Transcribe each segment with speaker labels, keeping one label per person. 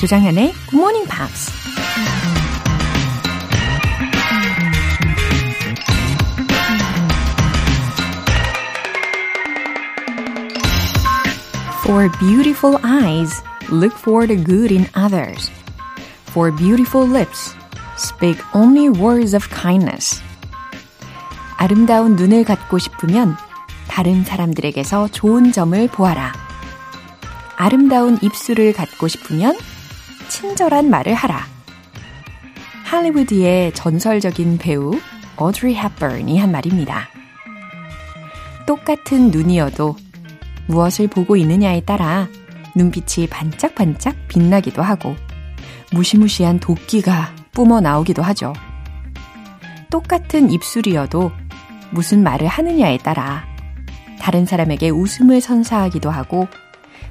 Speaker 1: 조장현의 Good Morning Pops. For beautiful eyes, look for the good in others. For beautiful lips, speak only words of kindness. 아름다운 눈을 갖고 싶으면 다른 사람들에게서 좋은 점을 보아라. 아름다운 입술을 갖고 싶으면 친절한 말을 하라. 할리우드의 전설적인 배우 어드리 헵번이 한 말입니다. 똑같은 눈이어도 무엇을 보고 있느냐에 따라 눈빛이 반짝반짝 빛나기도 하고 무시무시한 도끼가 뿜어 나오기도 하죠. 똑같은 입술이어도 무슨 말을 하느냐에 따라 다른 사람에게 웃음을 선사하기도 하고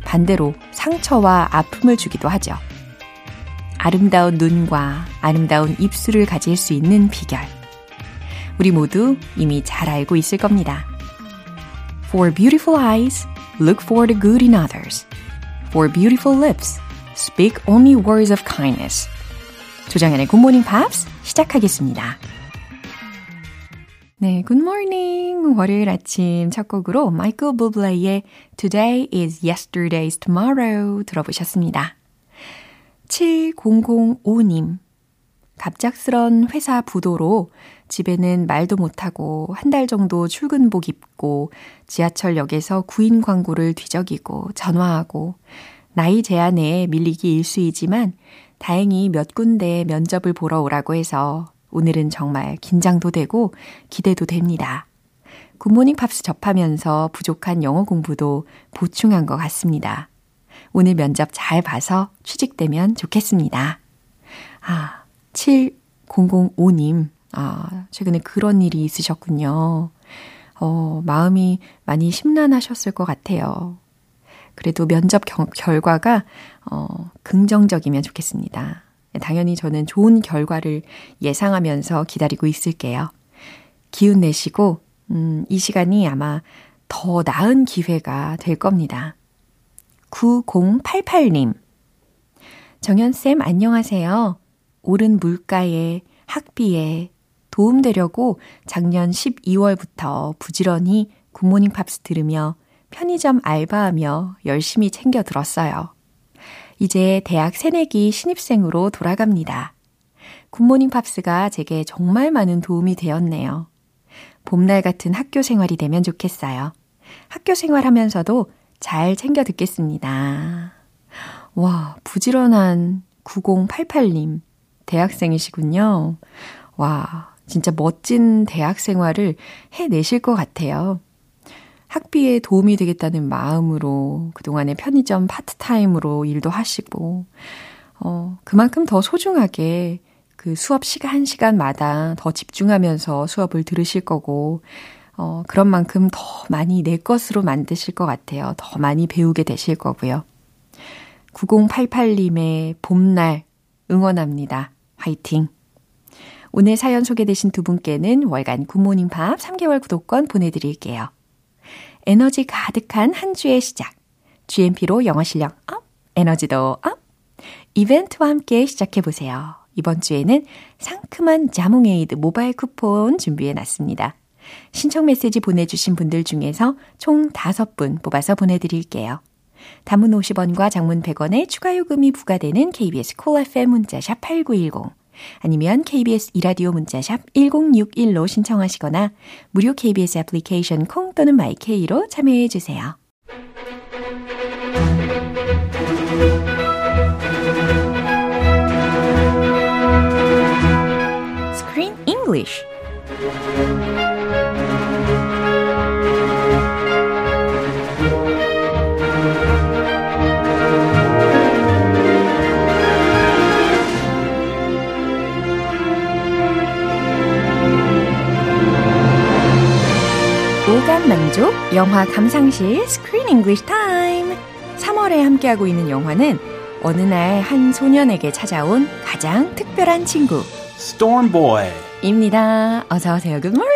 Speaker 1: 반대로 상처와 아픔을 주기도 하죠. 아름다운 눈과 아름다운 입술을 가질 수 있는 비결. 우리 모두 이미 잘 알고 있을 겁니다. For beautiful eyes, look for the good in others. For beautiful lips, speak only words of kindness. 조장현의 굿모닝 팝스 시작하겠습니다. 네, 굿모닝 월요일 아침 첫 곡으로 마이클 부블레의 Today is Yesterday's Tomorrow 들어보셨습니다. 7005님 갑작스런 회사 부도로 집에는 말도 못하고 한 달 정도 출근복 입고 지하철역에서 구인 광고를 뒤적이고 전화하고 나이 제한에 밀리기 일수이지만 다행히 몇 군데 면접을 보러 오라고 해서 오늘은 정말 긴장도 되고 기대도 됩니다. 굿모닝 팝스 접하면서 부족한 영어 공부도 보충한 것 같습니다. 오늘 면접 잘 봐서 취직되면 좋겠습니다. 아, 7005님. 아, 최근에 그런 일이 있으셨군요. 어, 마음이 많이 심란하셨을 것 같아요. 그래도 면접 겨, 결과가 어, 긍정적이면 좋겠습니다. 네, 당연히 저는 좋은 결과를 예상하면서 기다리고 있을게요. 기운 내시고, 음, 이 시간이 아마 더 나은 기회가 될 겁니다. 9088님. 정현쌤, 안녕하세요. 오른 물가에, 학비에 도움되려고 작년 12월부터 부지런히 굿모닝 팝스 들으며 편의점 알바하며 열심히 챙겨 들었어요. 이제 대학 새내기 신입생으로 돌아갑니다. 굿모닝 팝스가 제게 정말 많은 도움이 되었네요. 봄날 같은 학교 생활이 되면 좋겠어요. 학교 생활하면서도 잘 챙겨 듣겠습니다. 와, 부지런한 9088님, 대학생이시군요. 와, 진짜 멋진 대학 생활을 해내실 것 같아요. 학비에 도움이 되겠다는 마음으로 그동안에 편의점 파트타임으로 일도 하시고, 어, 그만큼 더 소중하게 그 수업 시간 시간마다 더 집중하면서 수업을 들으실 거고, 어, 그런 만큼 더 많이 내 것으로 만드실 것 같아요. 더 많이 배우게 되실 거고요. 9088님의 봄날 응원합니다. 화이팅! 오늘 사연 소개되신 두 분께는 월간 굿모닝 팝 3개월 구독권 보내드릴게요. 에너지 가득한 한 주의 시작. GMP로 영어 실력 업, 에너지도 업. 이벤트와 함께 시작해 보세요. 이번 주에는 상큼한 자몽에이드 모바일 쿠폰 준비해 놨습니다. 신청 메시지 보내주신 분들 중에서 총 5분 뽑아서 보내드릴게요. 단문 50원과 장문 100원의 추가 요금이 부과되는 KBS 콜 cool FM 문자샵 8910 아니면 KBS 이라디오 문자샵 1061로 신청하시거나 무료 KBS 애플리케이션 콩 또는 마이케이로 참여해 주세요. Screen English 오감 만족 영화 감상실 스크린 잉글리시 타임 3월에 함께하고 있는 영화는 어느 날 한 소년에게 찾아온 가장 특별한 친구
Speaker 2: Storm Boy.
Speaker 1: 입니다. 어서 오세요. 굿모닝.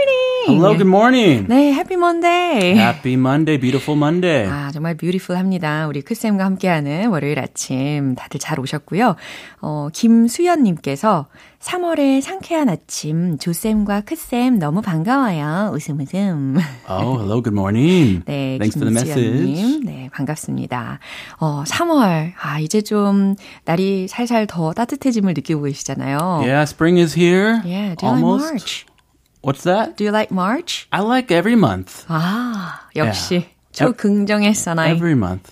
Speaker 2: Hello, good morning.
Speaker 1: 네, Happy Monday.
Speaker 2: Happy Monday, beautiful Monday.
Speaker 1: 아, 정말 beautiful 합니다. 우리 크쌤과 함께하는 월요일 아침 다들 잘 오셨고요. 어, 김수연님께서 3월의 상쾌한 아침 조쌤과 크쌤 너무 반가워요. 웃음 웃음.
Speaker 2: Oh, hello, good morning.
Speaker 1: 네,
Speaker 2: Thanks for the message.
Speaker 1: 김수연님. 네, 반갑습니다. 어, 3월. 아, 이제 좀 날이 살살 더 따뜻해짐을 느끼고 계시잖아요.
Speaker 2: Yeah, spring is here.
Speaker 1: Yeah, do you
Speaker 2: almost.
Speaker 1: like March?
Speaker 2: What's that?
Speaker 1: Do you like March?
Speaker 2: I like every month.
Speaker 1: 아, 역시
Speaker 2: Yeah.
Speaker 1: 초긍정의 사나이.
Speaker 2: 예. Every month.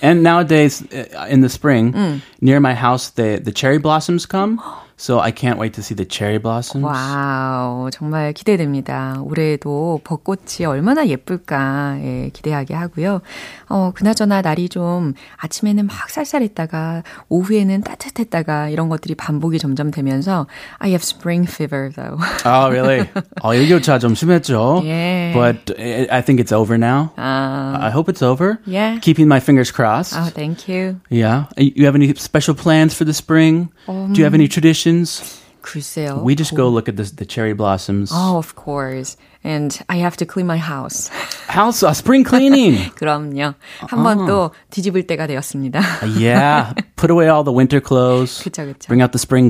Speaker 2: and nowadays, uh, in the spring,
Speaker 1: Mm.
Speaker 2: near my house, the, the cherry blossoms come. So I can't wait to see the cherry blossoms.
Speaker 1: 와우, 정말 기대됩니다. 올해도 벚꽃이 얼마나 예쁠까 예, 기대하게 하고요. 어, 그나저나 날이 좀 아침에는 막 쌀쌀했다가 오후에는 따뜻했다가 이런 것들이 반복이 점점 되면서 I have spring fever though.
Speaker 2: Oh, really? 어, 일교차 좀 심했죠.
Speaker 1: 예.
Speaker 2: But I I think it's over now.
Speaker 1: 아,
Speaker 2: I hope it's over.
Speaker 1: Um, Yeah.
Speaker 2: Keeping my fingers crossed.
Speaker 1: 아, thank you.
Speaker 2: Yeah. Uh, You have any special plans for the spring? Do you have
Speaker 1: Um,
Speaker 2: any traditions?
Speaker 1: 글쎄요.
Speaker 2: We just go look at the, the cherry blossoms.
Speaker 1: Oh, of course. And I have to clean my house.
Speaker 2: House uh, spring cleaning.
Speaker 1: 그럼요. 한
Speaker 2: 아.
Speaker 1: 번 또 뒤집을 때가 되었습니다.
Speaker 2: 예. yeah. Put away all the winter clothes.
Speaker 1: 그쵸, 그쵸.
Speaker 2: Bring out the spring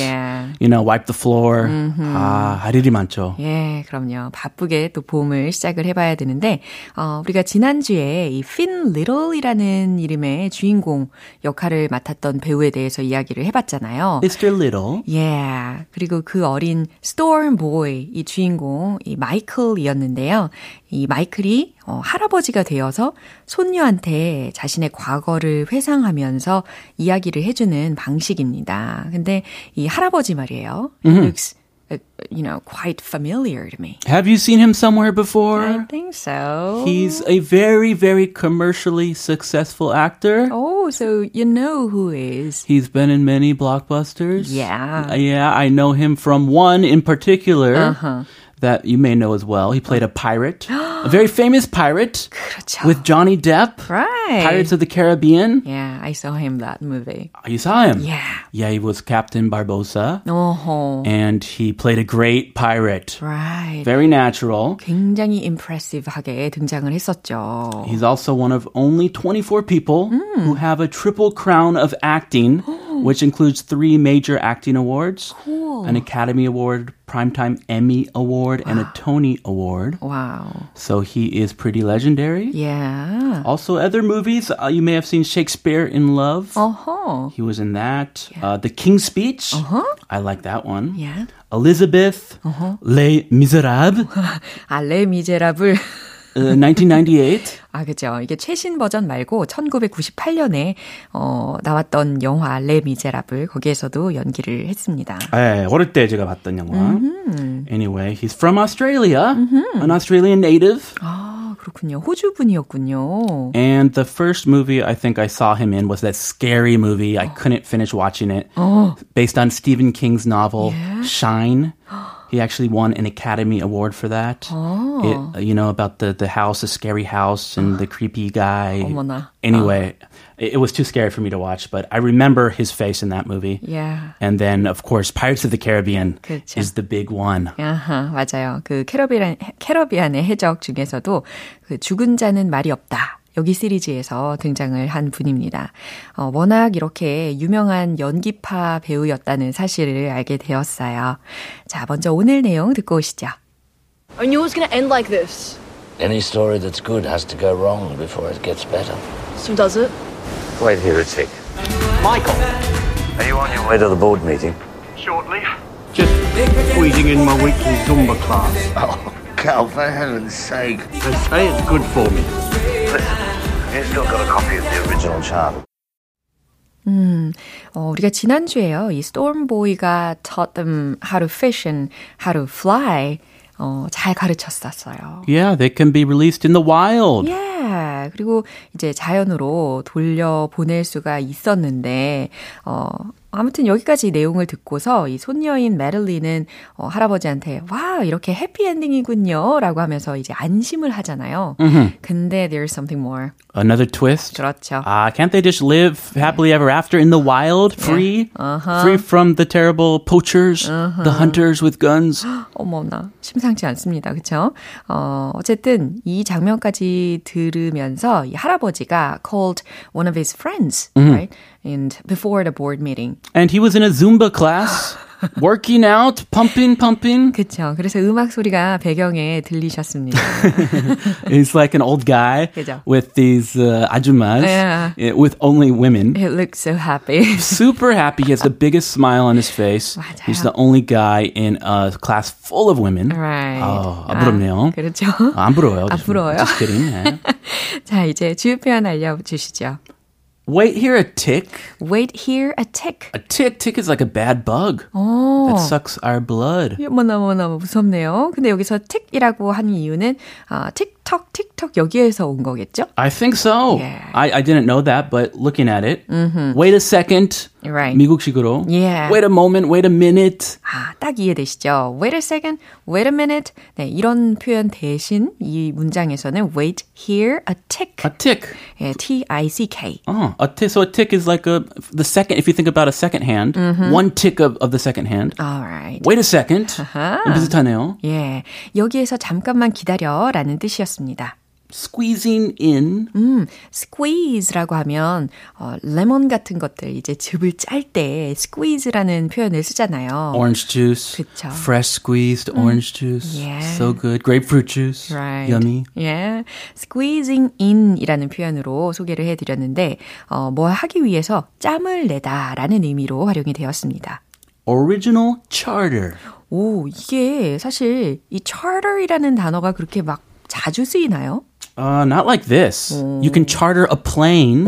Speaker 1: Yeah. Mm-hmm.
Speaker 2: You know, wipe the floor. Ah, 아, 할 일이 많죠.
Speaker 1: 예, 그럼요. 바쁘게 또 봄을 시작을 해봐야 되는데, 어, 우리가 지난주에 이핀 리틀이라는 이름의 주인공 역할을 맡았던 배우에 대해서 이야기를 해봤잖아요.
Speaker 2: Mr. Little.
Speaker 1: 예, 그리고 그 어린 스톰 보이 이 주인공 이 마이클이었는데요. 이 마이클이 어, 할아버지가 되어서 손녀한테 자신의 과거를 회상하면서 이야기를 해주는 방식입니다. 근데 이 할아버지 말이에요. He looks, uh, you know, quite familiar to me.
Speaker 2: Have you seen him somewhere before?
Speaker 1: I think so.
Speaker 2: He's a very, very commercially successful actor.
Speaker 1: Oh, so you know who is.
Speaker 2: He's been in many blockbusters.
Speaker 1: Yeah.
Speaker 2: Yeah, I know him from one in particular
Speaker 1: Uh-huh.
Speaker 2: that you may know as well. He played a pirate, a very famous pirate
Speaker 1: 그렇죠.
Speaker 2: with Johnny Depp.
Speaker 1: right.
Speaker 2: Pirates of the Caribbean.
Speaker 1: Yeah, I saw him that movie.
Speaker 2: You saw him.
Speaker 1: Yeah.
Speaker 2: Yeah, he was Captain Barbosa
Speaker 1: Oh,
Speaker 2: and he played a great pirate.
Speaker 1: right.
Speaker 2: Very natural.
Speaker 1: 굉장히 impressive하게 등장을 했었죠.
Speaker 2: He's also one of only 24 people
Speaker 1: Hmm.
Speaker 2: who have a triple crown of acting, which includes three major acting awards an Academy Award, Primetime Emmy Award, and a Tony Award.
Speaker 1: 와우.
Speaker 2: So he is pretty legendary.
Speaker 1: Yeah.
Speaker 2: Also, other movies uh, you may have seen Shakespeare in Love.
Speaker 1: Oh. 어허.
Speaker 2: He was in that. Uh, the King's Speech. I like that one.
Speaker 1: Uh-huh. Yeah. Uh-huh.
Speaker 2: Elizabeth. Les Miserables.
Speaker 1: 알레 미제라블.
Speaker 2: uh, 1998.
Speaker 1: 아, 그죠. 이게 최신 버전 말고 1998년에 어, 나왔던 영화 레 미제라블 거기에서도 연기를 했습니다.
Speaker 2: 예, 어릴 때 제가 봤던 영화. Anyway, he's from Australia, an Australian native.
Speaker 1: 아, 그렇군요. 호주 분이었군요.
Speaker 2: And the first movie I think I saw him in was that scary movie. I couldn't finish watching it.
Speaker 1: Oh.
Speaker 2: Based on Stephen King's novel Shine. He actually won an Academy Award for that.
Speaker 1: Oh.
Speaker 2: It, uh, you know about the the house, the scary house, and the creepy guy.
Speaker 1: 어머나.
Speaker 2: Anyway, it, it was too scary for me to watch, but I remember his face in that movie.
Speaker 1: Yeah.
Speaker 2: And then, of course, Pirates of the Caribbean
Speaker 1: 그렇죠.
Speaker 2: is the big one.
Speaker 1: 아하, 맞아요. 그 캐러비안, 캐러비안의 해적 중에서도 그 죽은 자는 말이 없다. 여기 시리즈에서 등장을 한 분입니다. 어, 워낙 이렇게 유명한 연기파 배우였다는 사실을 알게 되었어요. 자, 먼저 오늘 내용 듣고 오시죠.
Speaker 3: I knew it was gonna end like this.
Speaker 4: Any story that's good has to go wrong before it gets better.
Speaker 3: So does it?
Speaker 5: Wait here a tick.
Speaker 4: Michael!
Speaker 5: Are you on your
Speaker 4: Way to the board meeting.
Speaker 5: shortly?
Speaker 6: Just squeezing in my weekly Zumba class.
Speaker 4: Cal, Oh, for heaven's sake.
Speaker 6: They say it's good for me.
Speaker 4: You still got a copy of the original chart.
Speaker 1: 어, 우리가 지난주에요. 이 스톰보이가 taught them how to fish and how to fly. 어, 잘 가르쳤었어요.
Speaker 2: Yeah, they can be released in the wild.
Speaker 1: 예. 그리고 이제 자연으로 돌려 보낼 수가 있었는데 어 아무튼 여기까지 내용을 듣고서 이 손녀인 메릴리는 어, 할아버지한테 와 이렇게 해피엔딩이군요라고 하면서 이제 안심을 하잖아요. 근데 there's something more.
Speaker 2: Another twist.
Speaker 1: 그렇죠.
Speaker 2: Ah, can't they just live happily ever after in the wild, free,
Speaker 1: Uh-huh.
Speaker 2: free from the terrible poachers, the hunters with guns?
Speaker 1: 어머나 심상치 않습니다. 그렇죠? 어, 어쨌든 이 장면까지 들으면서 이 할아버지가 called one of his friends, right? And before the board meeting.
Speaker 2: And he was in a Zumba class, working out, pumping, pumping.
Speaker 1: 그렇죠. 그래서 음악 소리가 배경에 들리셨습니다.
Speaker 2: He's like an old guy
Speaker 1: 그죠.
Speaker 2: with these uh, ajumas,
Speaker 1: Yeah.
Speaker 2: eh, with only women.
Speaker 1: He looks so happy.
Speaker 2: Super happy. He has the biggest smile on his face.
Speaker 1: 맞아요.
Speaker 2: He's the only guy in a class full of women. Oh,
Speaker 1: Right. Ah.
Speaker 2: 아, 안 부럽네요.
Speaker 1: 아, 그렇죠.
Speaker 2: 아, 안 부러워요.
Speaker 1: 안
Speaker 2: just-
Speaker 1: 부러워요?
Speaker 2: Just kidding. 예.
Speaker 1: 자, 이제 주요 표현 알려주시죠.
Speaker 2: Wait here a tick.
Speaker 1: Wait here a tick.
Speaker 2: A tick tick is like a bad bug that sucks our blood.
Speaker 1: 어머나, 어머나, 무섭네요. 근데 여기서 tick이라고 한 이유는 아, 틱톡, 틱톡 여기에서 온 거겠죠?
Speaker 2: I think so.
Speaker 1: Yeah. Mm-hmm.
Speaker 2: I, I didn't know that, but looking at it, wait a second.
Speaker 1: Right.
Speaker 2: 미국식으로.
Speaker 1: Yeah.
Speaker 2: Wait a moment. Wait a minute.
Speaker 1: 아, 딱 이해되시죠? Wait a second, wait a minute. 네, 이런 표현 대신 이 문장에서는 wait here a tick.
Speaker 2: A tick.
Speaker 1: 예, T-I-C-K.
Speaker 2: Oh, a tick. So a tick is like a the second. If you think about a second hand,
Speaker 1: Mm-hmm.
Speaker 2: one tick of, of the second hand.
Speaker 1: Uh-huh. Alright.
Speaker 2: Wait a second.
Speaker 1: Uh-huh.
Speaker 2: 비슷하네요.
Speaker 1: 예, 여기에서 잠깐만 기다려 라는 뜻이었습니다.
Speaker 2: Squeezing in.
Speaker 1: squeeze라고 하면 어, 레몬 같은 것들 이제 즙을 짤 때 squeeze라는 표현을 쓰잖아요.
Speaker 2: Oh, Orange juice,
Speaker 1: 그쵸.
Speaker 2: fresh squeezed orange juice,
Speaker 1: Mm. Yeah.
Speaker 2: so good. Grapefruit juice,
Speaker 1: Right.
Speaker 2: yummy.
Speaker 1: 예. squeezing in이라는 표현으로 소개를 해 드렸는데 어, 뭐 하기 위해서 짬을 내다라는 의미로 활용이 되었습니다.
Speaker 2: Original charter.
Speaker 1: 오, 이게 사실 이 charter이라는 단어가 그렇게 막 자주 쓰이나요?
Speaker 2: Uh, not like this. You
Speaker 1: Mm.
Speaker 2: can charter a plane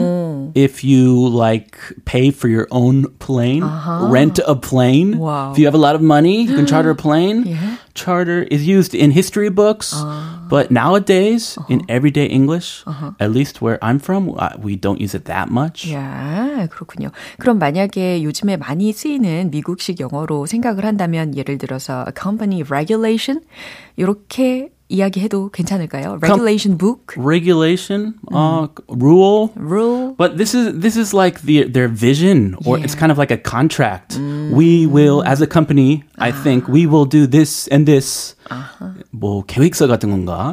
Speaker 2: if you like pay for your own plane, rent a plane.
Speaker 1: Uh-huh. Wow.
Speaker 2: If you have a lot of money, you can charter a plane. Charter is used in history books,
Speaker 1: Uh.
Speaker 2: but nowadays in
Speaker 1: Uh-huh.
Speaker 2: everyday English, at least where I'm from, uh, we don't use it that much.
Speaker 1: 야, 그렇군요. 그럼 만약에 요즘에 많이 쓰이는 미국식 영어로 생각을 한다면 예를 들어서 a company regulation 이렇게 이야기해도 괜찮을까요? regulation book,
Speaker 2: Regulation, uh, rule,
Speaker 1: Mm. rule.
Speaker 2: But this is this is like the their vision, or it's kind of like a contract.
Speaker 1: Mm.
Speaker 2: We will, as a company, I
Speaker 1: Ah.
Speaker 2: think we will do this and this.
Speaker 1: Uh-huh.
Speaker 2: 뭐 계획서 같은 건가?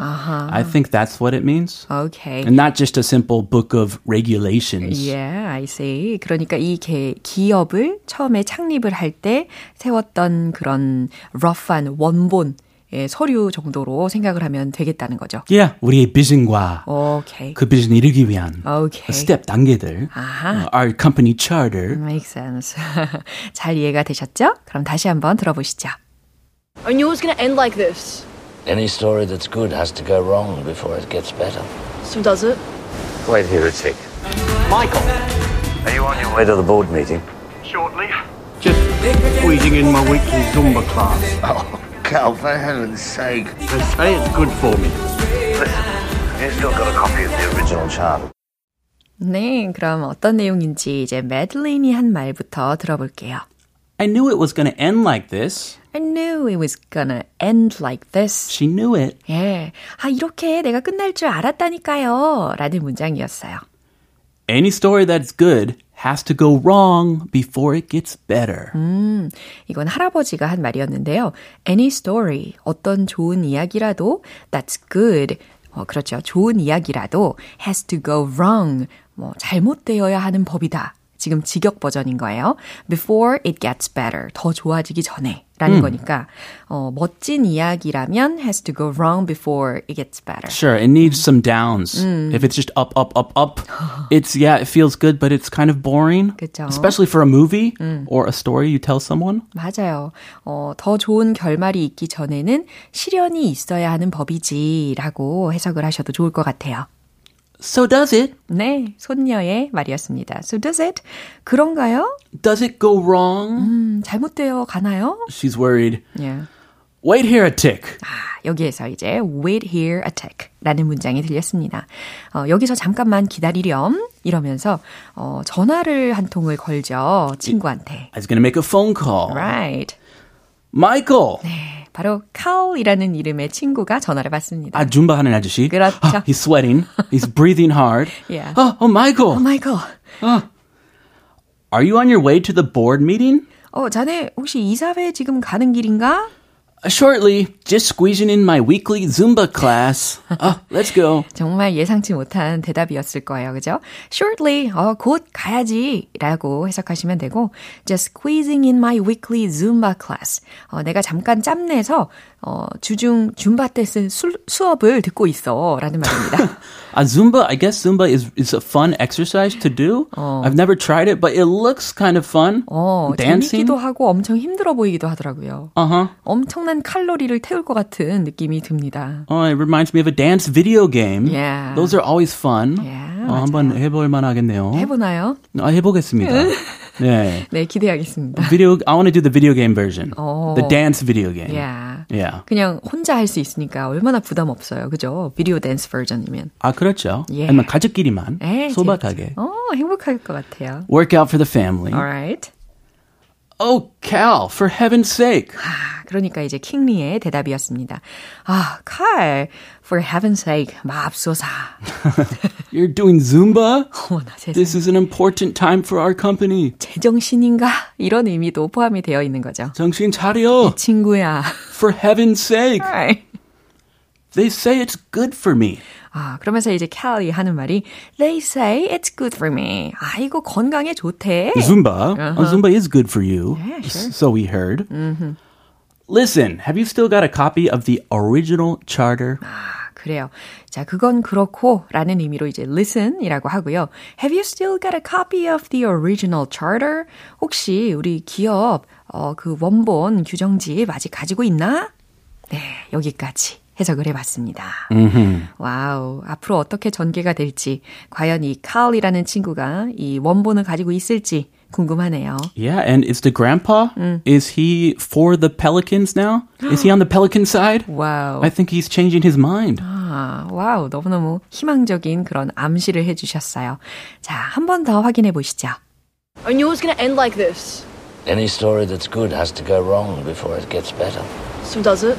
Speaker 2: I think that's what it means,
Speaker 1: Okay.
Speaker 2: and not just a simple book of regulations.
Speaker 1: Yeah, I see. 그러니까 이 개- 기업을 처음에 창립을 할 때 세웠던 그런 러프한 원본 예, 서류 정도로 생각을 하면 되겠다는 거죠.
Speaker 2: Yeah, 우리의 비전과
Speaker 1: 오케이.
Speaker 2: 그 비전 이루기 위한
Speaker 1: 오케이.
Speaker 2: 스텝
Speaker 1: Uh-huh.
Speaker 2: 단계들, Uh,
Speaker 1: 아하.
Speaker 2: our company charter.
Speaker 1: Makes sense. 잘 이해가 되셨죠? 그럼 다시 한번 들어보시죠.
Speaker 3: I knew it was gonna end like this.
Speaker 4: Any story that's good has to go wrong before it gets better.
Speaker 3: So does it?
Speaker 5: Wait here a tick.
Speaker 4: Michael!
Speaker 5: Are you on your way
Speaker 4: Way to the board meeting.
Speaker 5: shortly?
Speaker 6: Just squeezing in my weekly Zumba class.
Speaker 4: Cal, Oh, for heaven's sake.
Speaker 6: They say it's good for me.
Speaker 5: Listen,
Speaker 4: You still got a copy of the original charter.
Speaker 1: 네, 그럼 어떤 내용인지 이제 매들린이 한 말부터 들어볼게요. Mm-hmm.
Speaker 2: I knew it was going to end like this.
Speaker 1: I knew it was gonna end like this.
Speaker 2: She knew it.
Speaker 1: 예. 아, 이렇게 내가 끝날 줄 알았다니까요. 라는 문장이었어요.
Speaker 2: Any story that's good has to go wrong before it gets better.
Speaker 1: Mm. 이건 할아버지가 한 말이었는데요. Any story, 어떤 좋은 이야기라도 that's good, 어, 그렇죠. 좋은 이야기라도 has to go wrong, 뭐 잘못되어야 하는 법이다. 지금 직역 버전인 거예요. Before it gets better, 더 좋아지기 전에. 라는 거니까 어, 멋진 이야기라면 has to go wrong before it gets better.
Speaker 2: Sure, it
Speaker 1: Mm.
Speaker 2: needs some downs. If it's just up, up, up, up, it's yeah, it feels good, but it's kind of boring.
Speaker 1: 그쵸.
Speaker 2: Especially for a movie
Speaker 1: Mm.
Speaker 2: or a story you tell someone.
Speaker 1: 맞아요. 어, 더 좋은 결말이 있기 전에는 시련이 있어야 하는 법이지라고 해석을 하셔도 좋을 것 같아요.
Speaker 2: So does it?
Speaker 1: 네, 손녀의 말이었습니다. So does it? 그런가요?
Speaker 2: Does it go
Speaker 1: Mm.
Speaker 2: wrong?
Speaker 1: 음, 잘못되어 가나요?
Speaker 2: She's worried.
Speaker 1: 예.
Speaker 2: Wait here a tick.
Speaker 1: 아, 여기에서 이제 wait here attack라는 문장이 들렸습니다. 어, 여기서 잠깐만 기다리렴 이러면서 어, 전화를 한 통을 걸죠 친구한테.
Speaker 2: I was going to make a phone call.
Speaker 1: Right.
Speaker 2: Michael.
Speaker 1: 바로 Carl이라는 이름의 친구가 전화를 받습니다.
Speaker 2: 아, 줌바 하는 아저씨.
Speaker 1: 그렇죠.
Speaker 2: 아, Ah, he's sweating. He's breathing hard.
Speaker 1: Yeah.
Speaker 2: Oh, oh, Michael.
Speaker 1: Oh my god.
Speaker 2: Are you on your way to the board meeting?
Speaker 1: 어, 자네 혹시 이사회 지금 가는 길인가?
Speaker 2: Shortly, just squeezing in my weekly Zumba class. Oh, let's go.
Speaker 1: 정말 예상치 못한 대답이었을 거예요. 그죠? shortly, 어, 곧 가야지 라고 해석하시면 되고, just squeezing in my weekly Zumba class. 어, 내가 잠깐 짬내서, 어, 주중 줌바 때 쓴 수업을 듣고 있어. 라는 말입니다.
Speaker 2: Uh, Zumba, I guess Zumba is, is a fun exercise to do.
Speaker 1: Oh.
Speaker 2: I've never tried it, but it looks kind of fun.
Speaker 1: 어,
Speaker 2: Dancing.
Speaker 1: 재밌기도 하고 엄청 힘들어 보이기도 하더라고요.
Speaker 2: Uh-huh.
Speaker 1: 엄청난 칼로리를 태울 것 같은 느낌이 듭니다.
Speaker 2: Oh, it reminds me of a dance video game.
Speaker 1: Yeah.
Speaker 2: Those are always fun.
Speaker 1: Yeah,
Speaker 2: 어, 한번 해볼 만하겠네요.
Speaker 1: 해보나요?
Speaker 2: 아, 해보겠습니다. 네.
Speaker 1: 네, 기대하겠습니다.
Speaker 2: Video, I want to do the video game version.
Speaker 1: 어.
Speaker 2: The dance video game.
Speaker 1: 야.
Speaker 2: Yeah.
Speaker 1: 그냥 혼자 할 수 있으니까 얼마나 부담 없어요. 그죠? 비디오 댄스 버전이면.
Speaker 2: 아, 그렇죠.
Speaker 1: 예.
Speaker 2: 아니면 가족끼리만
Speaker 1: 에이,
Speaker 2: 소박하게. 음.
Speaker 1: 재밌죠. 네, 어, 행복할 것 같아요.
Speaker 2: Work out for the family.
Speaker 1: Alright.
Speaker 2: Oh, Cal, for heaven's sake.
Speaker 1: 아, 그러니까 이제 킹리의 대답이었습니다. 아, 칼, for heaven's sake, 맙소사.
Speaker 2: You're doing Zumba?
Speaker 1: 어머나 세상에.
Speaker 2: This is an important time for our company.
Speaker 1: 제정신인가? 이런 의미도 포함이 되어 있는 거죠.
Speaker 2: 정신 차려.
Speaker 1: 친구야.
Speaker 2: For heaven's sake.
Speaker 1: Alright.
Speaker 2: They say it's good for me.
Speaker 1: 아, 그러면서 이제 캘리 하는 말이 They say it's good for me. 아, 이거 건강에 좋대.
Speaker 2: Zumba. Uh, Zumba is good for you. s- So we heard. Listen, have you still got a copy of the original charter?
Speaker 1: 아, 그래요. 자, 그건 그렇고 라는 의미로 이제 listen이라고 하고요. Have you still got a copy of the original charter? 혹시 우리 기업 어, 그 원본 규정집 아직 가지고 있나? 네, 여기까지 해석을 해봤습니다. 와우, 앞으로 어떻게 전개가 될지 과연 이 칼이라는 친구가 이 원본을 가지고 있을지 궁금하네요.
Speaker 2: Yeah, and is the grandpa? Is he for the Pelicans now? Is he on the Pelican side?
Speaker 1: 와우.
Speaker 2: I think he's changing his mind.
Speaker 1: 아, 와우, 너무너무 희망적인 그런 암시를 해주셨어요. 자, 한 번 더 확인해 보시죠.
Speaker 3: I knew it was gonna end like this.
Speaker 4: Any story that's good has to go wrong before it gets better.
Speaker 3: So does it?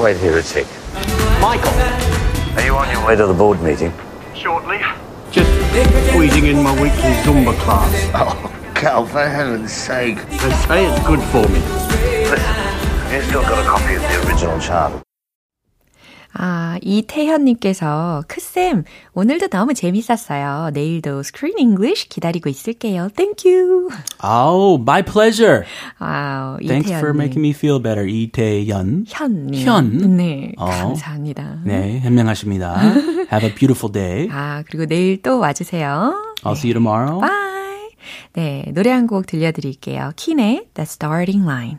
Speaker 5: Wait here a tick.
Speaker 4: Michael!
Speaker 5: Are you on your way
Speaker 4: Wait to the board meeting.
Speaker 5: shortly?
Speaker 6: Just squeezing in my weekly Zumba class.
Speaker 4: Cal, Oh, for heaven's sake.
Speaker 6: They say it's good for me.
Speaker 4: You still got a copy of the original charter.
Speaker 1: 아, 이태현님께서, 크쌤, 오늘도 너무 재밌었어요. 내일도 스크린 잉글리쉬 기다리고 있을게요. 땡큐.
Speaker 2: Oh, my pleasure.
Speaker 1: 와우,
Speaker 2: Thanks for
Speaker 1: 이태현님.
Speaker 2: making me feel better, 이 태연.
Speaker 1: 현님.
Speaker 2: 현.
Speaker 1: 네,
Speaker 2: 어.
Speaker 1: 감사합니다.
Speaker 2: 네, 현명하십니다. Have a beautiful day.
Speaker 1: 아, 그리고 내일 또 와주세요.
Speaker 2: I'll see you tomorrow.
Speaker 1: 바이. 네, 노래 한 곡 들려드릴게요. 킨의 The Starting Line.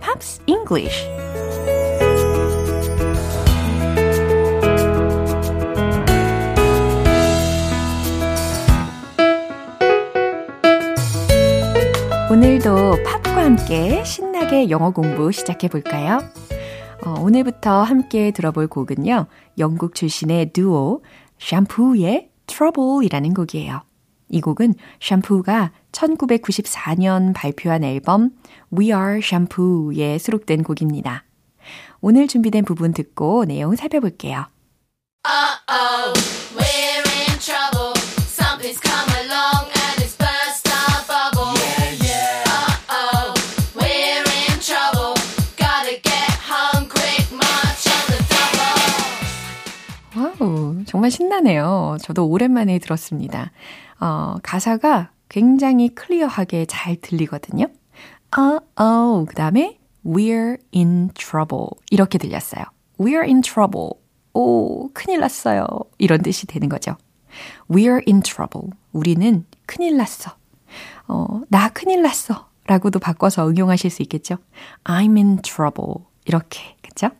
Speaker 1: 팝스 잉글리쉬. 오늘도 팝과 함께 신나게 영어 공부 시작해 볼까요? 어, 오늘부터 함께 들어볼 곡은요. 영국 출신의 듀오 샴푸의 Trouble이라는 곡이에요. 이 곡은 샴푸가 1994년 발표한 앨범 We Are Shampoo에 수록된 곡입니다. 오늘 준비된 부분 듣고 내용 살펴볼게요.
Speaker 7: We're in trouble. Something's come along and it's burst our bubble. Yeah, yeah. Uh oh. We're in trouble. Gotta get home quick, march on the double.
Speaker 1: 와우, 정말 정말 신나네요. 저도 오랜만에 들었습니다. 어, 가사가 굉장히 클리어하게 잘 들리거든요. 어, 어, 그 다음에 we're in trouble. 이렇게 들렸어요. we're in trouble. 오, 큰일 났어요. 이런 뜻이 되는 거죠. we're in trouble. 우리는 큰일 났어. 어, 나 큰일 났어. 라고도 바꿔서 응용하실 수 있겠죠. I'm in trouble. 이렇게. 그쵸?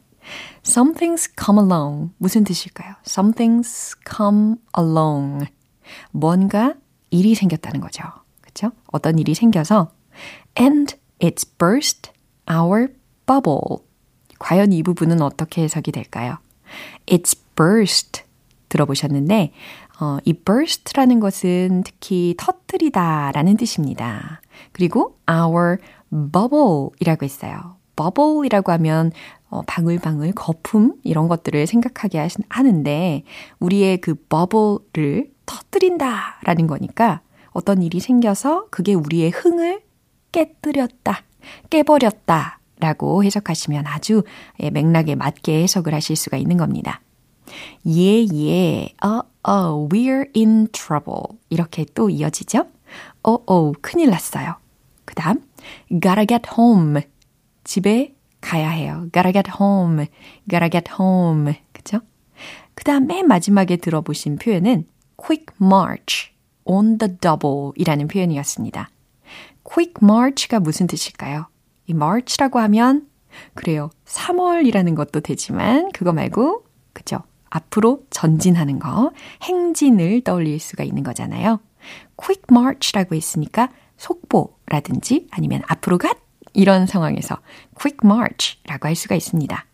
Speaker 1: Something's come along. 무슨 뜻일까요? Something's come along. 뭔가 일이 생겼다는 거죠. 그쵸? 어떤 일이 생겨서 And it's burst our bubble. 과연 이 부분은 어떻게 해석이 될까요? It's burst. 들어보셨는데, 어, 이 burst라는 것은 특히 터뜨리다 라는 뜻입니다. 그리고 our bubble 이라고 있어요. bubble 이라고 하면 어, 방울방울 거품 이런 것들을 생각하게 하신, 하는데, 우리의 그 bubble를 터뜨린다 라는 거니까 어떤 일이 생겨서 그게 우리의 흥을 깨뜨렸다, 깨버렸다 라고 해석하시면 아주 예, 맥락에 맞게 해석을 하실 수가 있는 겁니다. 예, 예, 어, 어, we're in trouble. 이렇게 또 이어지죠? 어, 어, 큰일 났어요. 그 다음, gotta get home. 집에 가야 해요. gotta get home. gotta get home. 그죠? 그 다음 맨 마지막에 들어보신 표현은 quick march on the double 이라는 표현이었습니다. quick march가 무슨 뜻일까요? 이 march라고 하면 그래요. 3월이라는 것도 되지만 그거 말고 그죠? 앞으로 전진하는 거, 행진을 떠올릴 수가 있는 거잖아요. quick march라고 했으니까 속보라든지 아니면 앞으로 갓 이런 상황에서 quick march라고 할 수가 있습니다.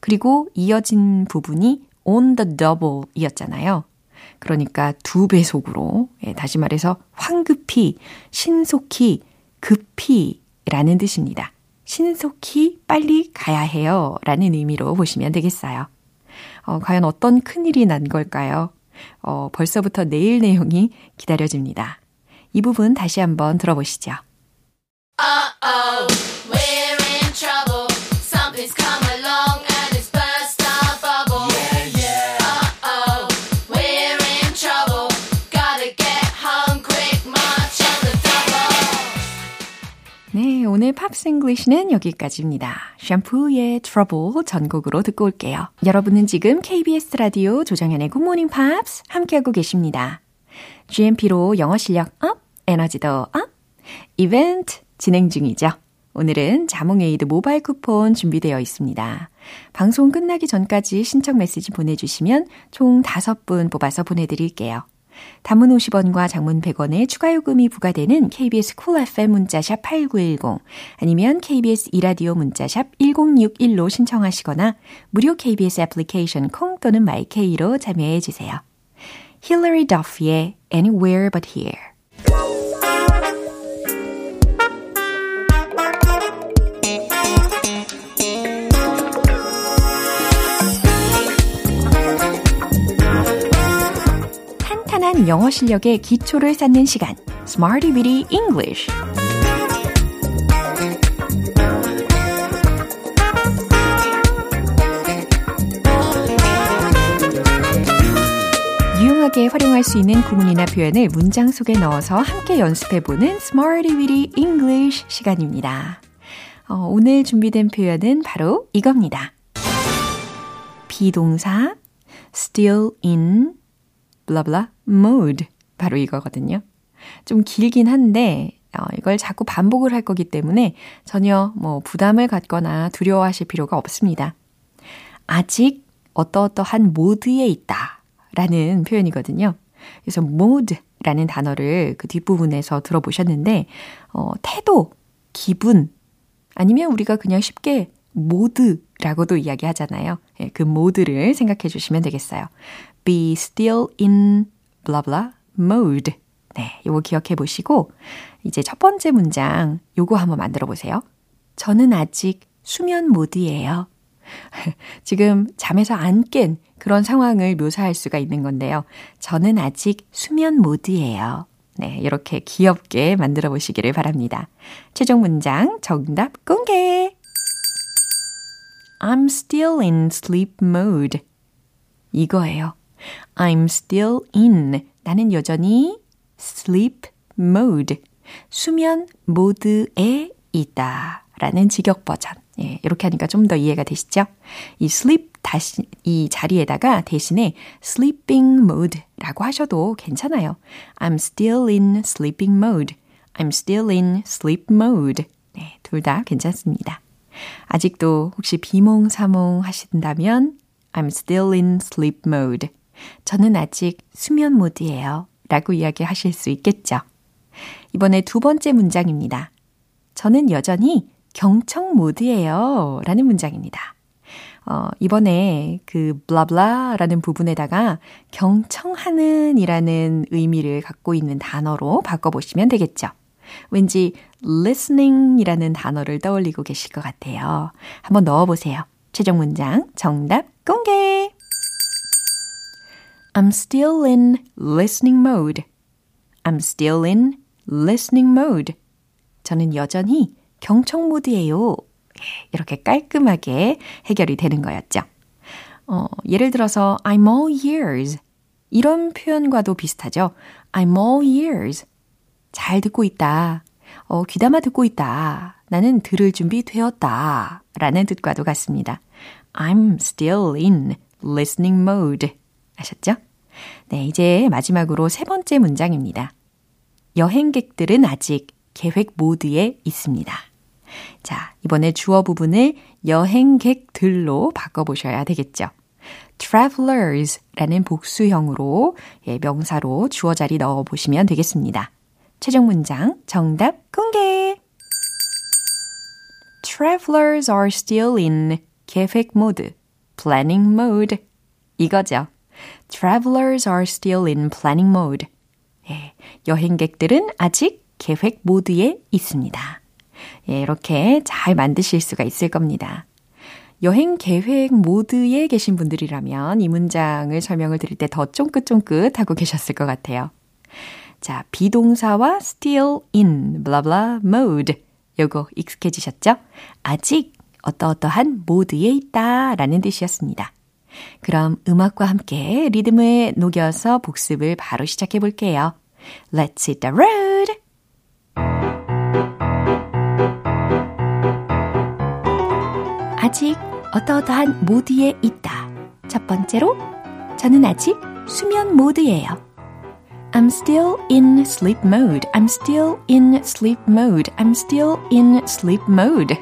Speaker 1: 그리고 이어진 부분이 on the double 이었잖아요. 그러니까 두 배속으로, 예, 다시 말해서 황급히, 신속히, 급히 라는 뜻입니다. 신속히 빨리 가야 해요 라는 의미로 보시면 되겠어요. 어, 과연 어떤 큰일이 난 걸까요? 어, 벌써부터 내일 내용이 기다려집니다. 이 부분 다시 한번 들어보시죠.
Speaker 7: Uh-oh, we're in trouble. Something's come along and it's burst our bubble. Yeah, yeah. Uh-oh, we're in trouble. Gotta get home quick, march on the double.
Speaker 1: 네, 오늘 팝싱글리시는 여기까지입니다. 샴푸의 트러블 전곡으로 듣고 올게요. 여러분은 지금 KBS 라디오 조정현의 굿모닝 팝스 함께하고 계십니다. GMP로 영어 실력 업, 에너지도 업, 이벤트 진행 중이죠. 오늘은 자몽에이드 모바일 쿠폰 준비되어 있습니다. 방송 끝나기 전까지 신청 메시지 보내주시면 총 5분 뽑아서 보내드릴게요. 단문 50원과 장문 100원의 추가 요금이 부과되는 KBS 콜 FM 문자샵 8910 아니면 KBS 이라디오 문자샵 1061로 신청하시거나 무료 KBS 애플리케이션 콩 또는 마이케이로 참여해 주세요. 힐러리 더프의 Anywhere But Here 탄탄한 영어 실력의 기초를 쌓는 시간 Smarty Bitty English 유용하게 활용할 수 있는 구문이나 표현을 문장 속에 넣어서 함께 연습해보는 Smarty Bitty English 시간입니다. 어, 오늘 준비된 표현은 바로 이겁니다. 비동사 still in 블라블라 mood 바로 이거거든요. 좀 길긴 한데 어, 이걸 자꾸 반복을 할 거기 때문에 전혀 뭐 부담을 갖거나 두려워하실 필요가 없습니다. 아직 어떠어떠한 모드에 있다라는 표현이거든요. 그래서 mood라는 단어를 그 뒷부분에서 들어보셨는데 어, 태도, 기분 아니면 우리가 그냥 쉽게 모드라고도 이야기하잖아요. 예, 그 모드를 생각해 주시면 되겠어요. be still in blah blah mode. 네, 요거 기억해 보시고 이제 첫 번째 문장 요거 한번 만들어 보세요. 저는 아직 수면 모드예요. 지금 잠에서 안 깬 그런 상황을 묘사할 수가 있는 건데요. 저는 아직 수면 모드예요. 네, 이렇게 귀엽게 만들어 보시기를 바랍니다. 최종 문장 정답 공개. I'm still in sleep mode. 이거예요. I'm still in. 나는 여전히 sleep mode. 수면 모드에 있다. 라는 직역 버전. 예, 이렇게 하니까 좀 더 이해가 되시죠? 이 sleep 다시, 이 자리에다가 대신에 sleeping mode라고 하셔도 괜찮아요. I'm still in sleeping mode. I'm still in sleep mode. 네, 둘 다 괜찮습니다. 아직도 혹시 비몽사몽 하신다면 I'm still in sleep mode. 저는 아직 수면 모드예요. 라고 이야기하실 수 있겠죠. 이번에 두 번째 문장입니다. 저는 여전히 경청 모드예요. 라는 문장입니다. 어, 이번에 그 블라블라라는 부분에다가 경청하는이라는 의미를 갖고 있는 단어로 바꿔보시면 되겠죠. 왠지 listening이라는 단어를 떠올리고 계실 것 같아요. 한번 넣어보세요. 최종 문장 정답 공개. I'm still in listening mode. I'm still in listening mode. 저는 여전히 경청 모드예요. 이렇게 깔끔하게 해결이 되는 거였죠. 어, 예를 들어서 I'm all ears 이런 표현과도 비슷하죠. I'm all ears 잘 듣고 있다. 어, 귀담아 듣고 있다. 나는 들을 준비 되었다. 라는 뜻과도 같습니다. I'm still in listening mode. 아셨죠? 네, 이제 마지막으로 세 번째 문장입니다. 여행객들은 아직 계획 모드에 있습니다. 자, 이번에 주어 부분을 여행객들로 바꿔보셔야 되겠죠. travelers라는 복수형으로 예, 명사로 주어 자리 넣어보시면 되겠습니다. 최종 문장 정답 공개! Travelers are still in 계획 모드, planning mode. 이거죠. Travelers are still in planning mode. 예, 여행객들은 아직 계획 모드에 있습니다. 예, 이렇게 잘 만드실 수가 있을 겁니다. 여행 계획 모드에 계신 분들이라면 이 문장을 설명을 드릴 때 더 쫑긋쫑긋하고 계셨을 것 같아요. 자, 비동사와 still in, 블라블라 mode. 요거 익숙해지셨죠? 아직 어떠어떠한 모드에 있다 라는 뜻이었습니다. 그럼 음악과 함께 리듬에 녹여서 복습을 바로 시작해 볼게요. Let's hit the road! 아직 어떠어떠한 모드에 있다. 첫 번째로, 저는 아직 수면 모드예요. I'm still in sleep mode. I'm still in sleep mode. I'm still in sleep mode.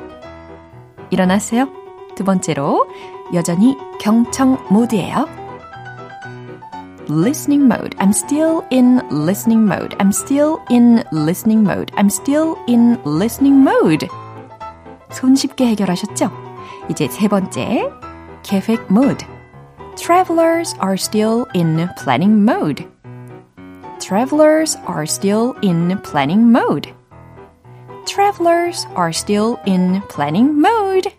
Speaker 1: 일어나세요. 두 번째로, 여전히 경청 모드예요. Listening mode. I'm still in listening mode. I'm still in listening mode. I'm still in listening mode. 손쉽게 해결하셨죠? 이제 세 번째, 계획 mode. Travelers are still in planning mode. Travelers are still in planning mode. Travelers are still in planning mode.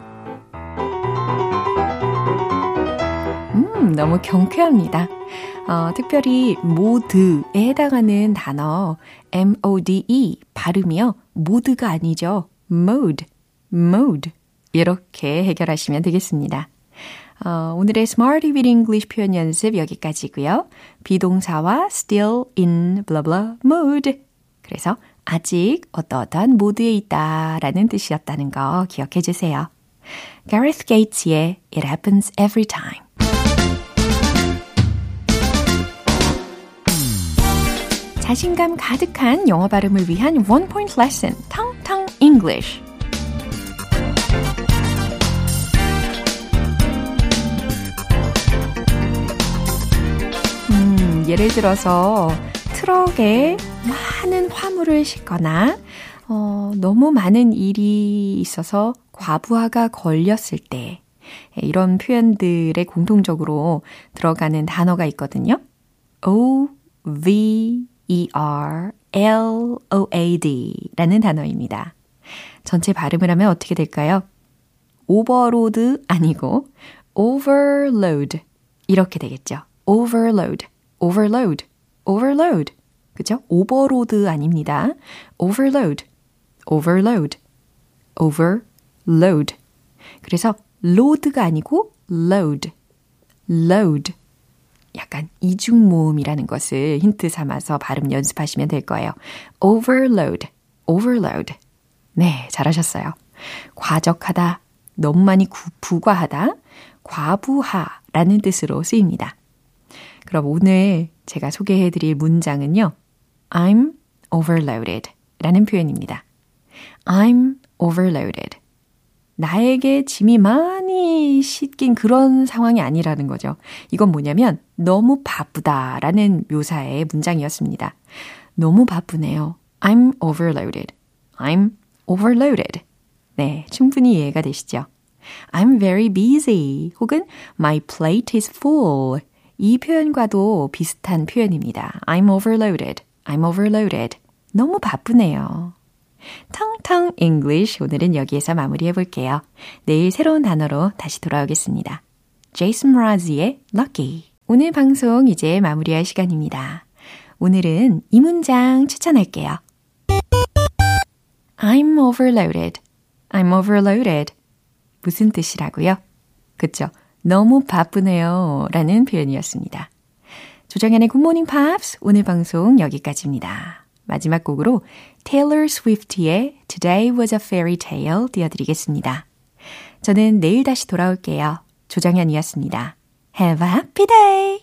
Speaker 1: 음, 너무 경쾌합니다. 어, 특별히 mode에 해당하는 단어 M-O-D-E E, 발음이요. mode가 아니죠. mode, mode. 이렇게 해결하시면 되겠습니다. 어, 오늘의 Smart Even English 표현 연습 여기까지고요. 비동사와 still in blah blah mode. 그래서 아직 어떠어떠한 모드에 있다라는 뜻이었다는 거 기억해 주세요. Gareth Gates의 It Happens Every Time. 자신감 가득한 영어 발음을 위한 One Point Lesson, Tong Tong English. 음, 예를 들어서 트럭에 많은 화물을 싣거나 어, 너무 많은 일이 있어서 과부하가 걸렸을 때 예, 이런 표현들에 공통적으로 들어가는 단어가 있거든요. O V E R L O A D라는 단어입니다. 전체 발음을 하면 어떻게 될까요? 오버로드 아니고 overload 이렇게 되겠죠. overload overload, overload. 그죠? 오버로드 아닙니다. overload, overload, overload. 그래서 load가 아니고 load, load, 약간 이중 모음이라는 것을 힌트 삼아서 발음 연습하시면 될 거예요. overload, overload. 네, 잘하셨어요. 과적하다, 너무 많이 구- 부과하다, 과부하라는 뜻으로 쓰입니다. 그럼 오늘 제가 소개해 드릴 문장은요. I'm overloaded 라는 표현입니다. I'm overloaded. 나에게 짐이 많이 싣긴 그런 상황이 아니라는 거죠. 이건 뭐냐면 너무 바쁘다라는 묘사의 문장이었습니다. 너무 바쁘네요. I'm overloaded. I'm overloaded. 네, 충분히 이해가 되시죠? I'm very busy 혹은 my plate is full 이 표현과도 비슷한 표현입니다. I'm overloaded. I'm overloaded. 너무 바쁘네요. 텅텅 English 오늘은 여기에서 마무리해 볼게요. 내일 새로운 단어로 다시 돌아오겠습니다. 제이슨 모라지의 Lucky. 오늘 방송 이제 마무리할 시간입니다. 오늘은 이 문장 추천할게요. I'm overloaded. I'm overloaded. 무슨 뜻이라고요? 그쵸. 너무 바쁘네요. 라는 표현이었습니다. 조정현의 굿모닝 팝스 오늘 방송 여기까지입니다. 마지막 곡으로 테일러 스위프트의 Today was a fairy tale 띄워드리겠습니다. 저는 내일 다시 돌아올게요. 조정현이었습니다. Have a happy day!